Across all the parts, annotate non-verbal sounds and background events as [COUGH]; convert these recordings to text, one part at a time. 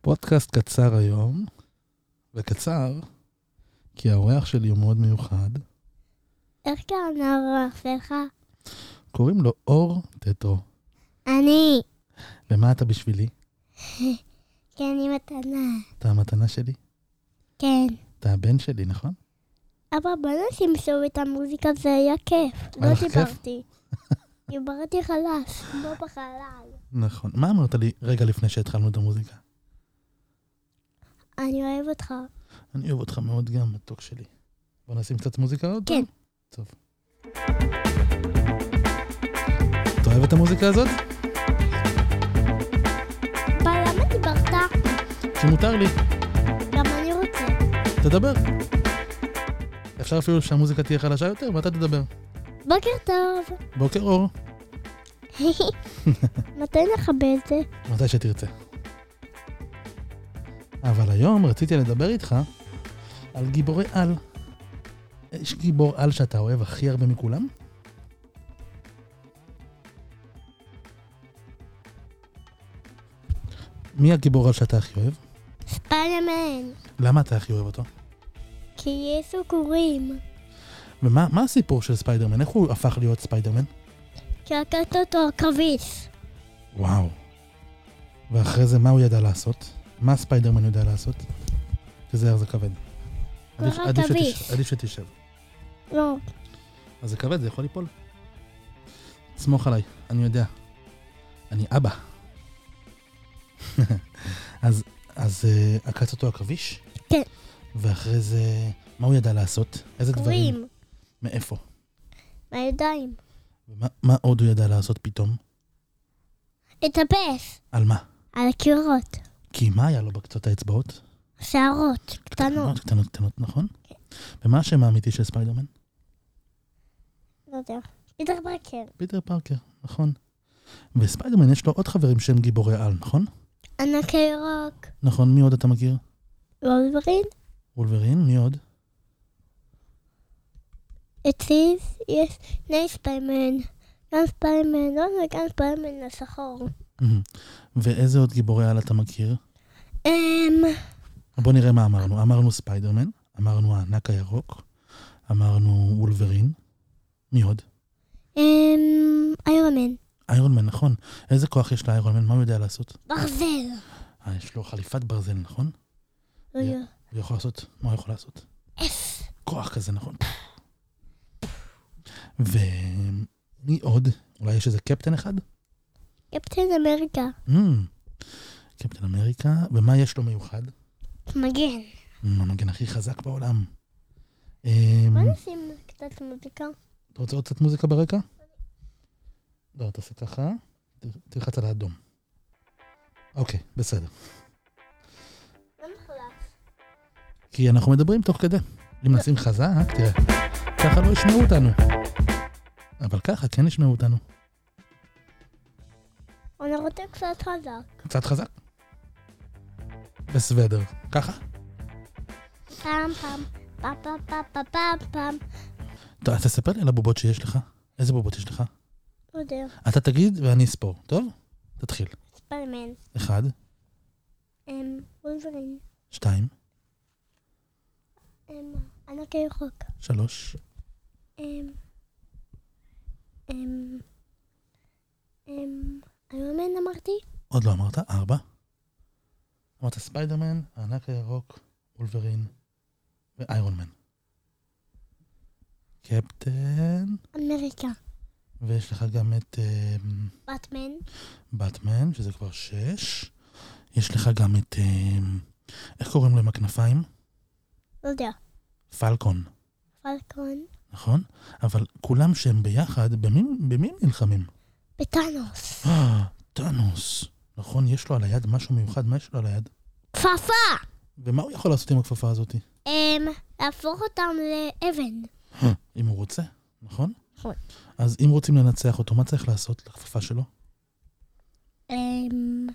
פודקאסט קצר היום, וקצר, כי האורח שלי הוא מאוד מיוחד. איך קוראים לאורח שלך? קוראים לו אור טטרו. אני, ומה אתה בשבילי? כן, אני מתנה. אתה המתנה שלי? כן. אתה הבן שלי, נכון? אבא, בוא נשים שוב את המוזיקה, זה היה כיף. היה לא לך כיף? [LAUGHS] דיברתי. דיברתי חלש, כמו בחלל. נכון. מה אמרת לי רגע לפני שהתחלנו את המוזיקה? אני אוהב אותך. אני אוהב אותך מאוד גם, מתוק שלי. בוא נשים קצת מוזיקה עוד כן. פעם? טוב. אתה אוהב את המוזיקה הזאת? אבל למה דיברת? כי מותר לי, גם אני רוצה. תדבר. אפשר אפילו שהמוזיקה תהיה חלשה יותר, ואתה תדבר. בוקר [LAUGHS] טוב. בוקר אור, מתי נכבה את זה? מתי שתרצה. אבל היום רציתי לדבר איתך על גיבורי על. יש גיבור על שאתה אוהב הכי הרבה מכולם? מי הגיבור על שאתה הכי אוהב? ספיידרמן. למה אתה הכי אוהב אותו? כי יש סוכורים. ומה מה הסיפור של ספיידרמן? איך הוא הפך להיות ספיידרמן? כי לקחת אותו עכביש. וואו. ואחרי זה, מה הוא ידע לעשות? מה ספיידרמן יודע לעשות? תיזהר, זה כבד. עדיף- ככה עדיף תביס. שתש- עדיף שתשב. לא. אז זה כבד, זה יכול ליפול. סמוך עליי, אני יודע. אני אבא. [LAUGHS] אז, אז אה, עקץ אותו עכביש? כן. ואחרי ואחרי זה, מה הוא ידע לעשות? איזה דברים? קוראים. מאיפה? בידיים. ומה מה עוד הוא ידע לעשות פתאום? לטפס. על מה? על הקירות. כי מה היה לו בקצות האצבעות? שערות. קטנות. קטנות, קטנות, נכון? ומה השם האמיתי של ספיידרמן? לא יודע. כן. פיטר פאקר. פיטר פארקר, נכון. וספיידרמן יש לו עוד חברים שהם גיבורי על, נכון? ענק הירוק. נכון, מי עוד אתה מכיר? וולברין. וולברין, מי עוד? אצליז יש שני ספיימן. גם ספיימן לא וגם ספיימן השחור. מהמם. ואיזה עוד גיבורי על אתה מכיר? אמ... בוא נראה מה אמרנו. אמרנו ספיידרמן, אמרנו הענק הירוק, אמרנו וולברין. מי עוד? אמ... איירמן. איירון מן, נכון. איזה כוח יש לאיירון מן? מה הוא יודע לעשות? ברזל. אה, יש לו חליפת ברזל, נכון? אוי, אוי. הוא יכול לעשות? מה הוא יכול לעשות? אס. כוח כזה, נכון? ומי עוד? אולי יש איזה קפטן אחד? קפטן אמריקה. אמ, קפטן אמריקה, ומה יש לו מיוחד? מגן. אמ, המגן הכי חזק בעולם. אמ, בוא נשים קצת מוזיקה. אתה רוצה עוד קצת מוזיקה ברקע? לא, תעשה ככה, ת- תלחץ על האדום. אוקיי, בסדר. לא מחלף. כי אנחנו מדברים תוך כדי. אם נשים חזק, תראה, ככה לא ישמעו אותנו. אבל ככה כן ישמעו אותנו. אני רוצה קצת חזק. קצת חזק? בסוודר. ככה? פעם פעם. פעם פעם פעם פעם פעם פעם. ת- תספר לי על הבובות שיש לך. איזה בובות יש לך? לא יודע. אתה תגיד ואני אספור, טוב? תתחיל. ספיימן. אחד, אמ... וולברין. שתיים, אמ... ענק הירוק. שלוש, אמ... אמ... אמ... איירמן אמרתי? עוד לא אמרת, ארבע. אמרת ספיידרמן, הענק הירוק, וולברין ואיירון מן. קפטן, אמריקה. ויש לך גם את אמ, באטמן. באטמן, שזה כבר שש. יש לך גם את... אמ, איך קוראים לו עם הכנפיים? לא יודע. פלקון, פלקון. נכון? אבל כולם שהם ביחד, במי, במי הם נלחמים? [GASPS] בטאנוס. אה, טאנוס. נכון, יש לו על היד משהו מיוחד, מה יש לו על היד? כפפה! ומה הוא יכול לעשות עם הכפפה הזאת? אמ, להפוך אותם לאבן. אם הוא רוצה, נכון? נכון. אז אם רוצים לנצח אותו, מה צריך לעשות לכפפה שלו? אמ,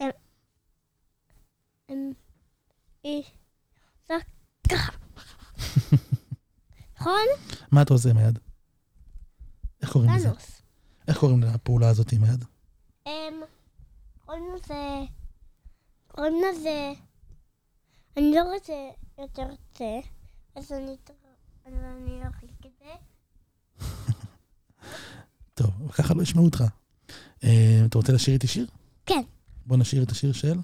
אמ, אמ, אי, זה ככה. נכון? מה אתה עושה עם היד? איך קוראים לזה? טאנוס. איך קוראים לפעולה הזאת עם היד? אמ, קוראים לזה... קוראים לזה... אני לא רוצה יותר את זה, אז אני אז אני ארחיק את זה. טוב, ככה לא ישמעו אותך. אה, אתה רוצה לשיר איתי שיר? כן. בוא נשיר את השיר של?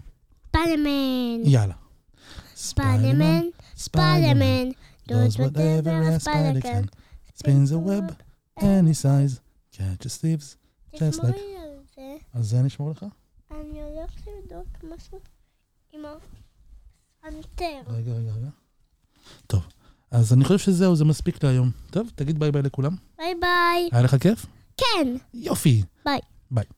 ספיידרמן. יאללה. ספיידרמן. ספיידרמן. Spider-Man does whatever a spider can. Spins a web any size. catches thieves. just like- תשמעי על זה, אז זה אני אשמור לך? אני הולכת לבדוק משהו עם הפנתר. רגע, רגע, רגע. טוב, אז אני חושב שזהו, זה מספיק להיום. טוב, תגיד ביי ביי לכולם. ביי ביי. היה לך כיף? כן. יופי. ביי. ביי.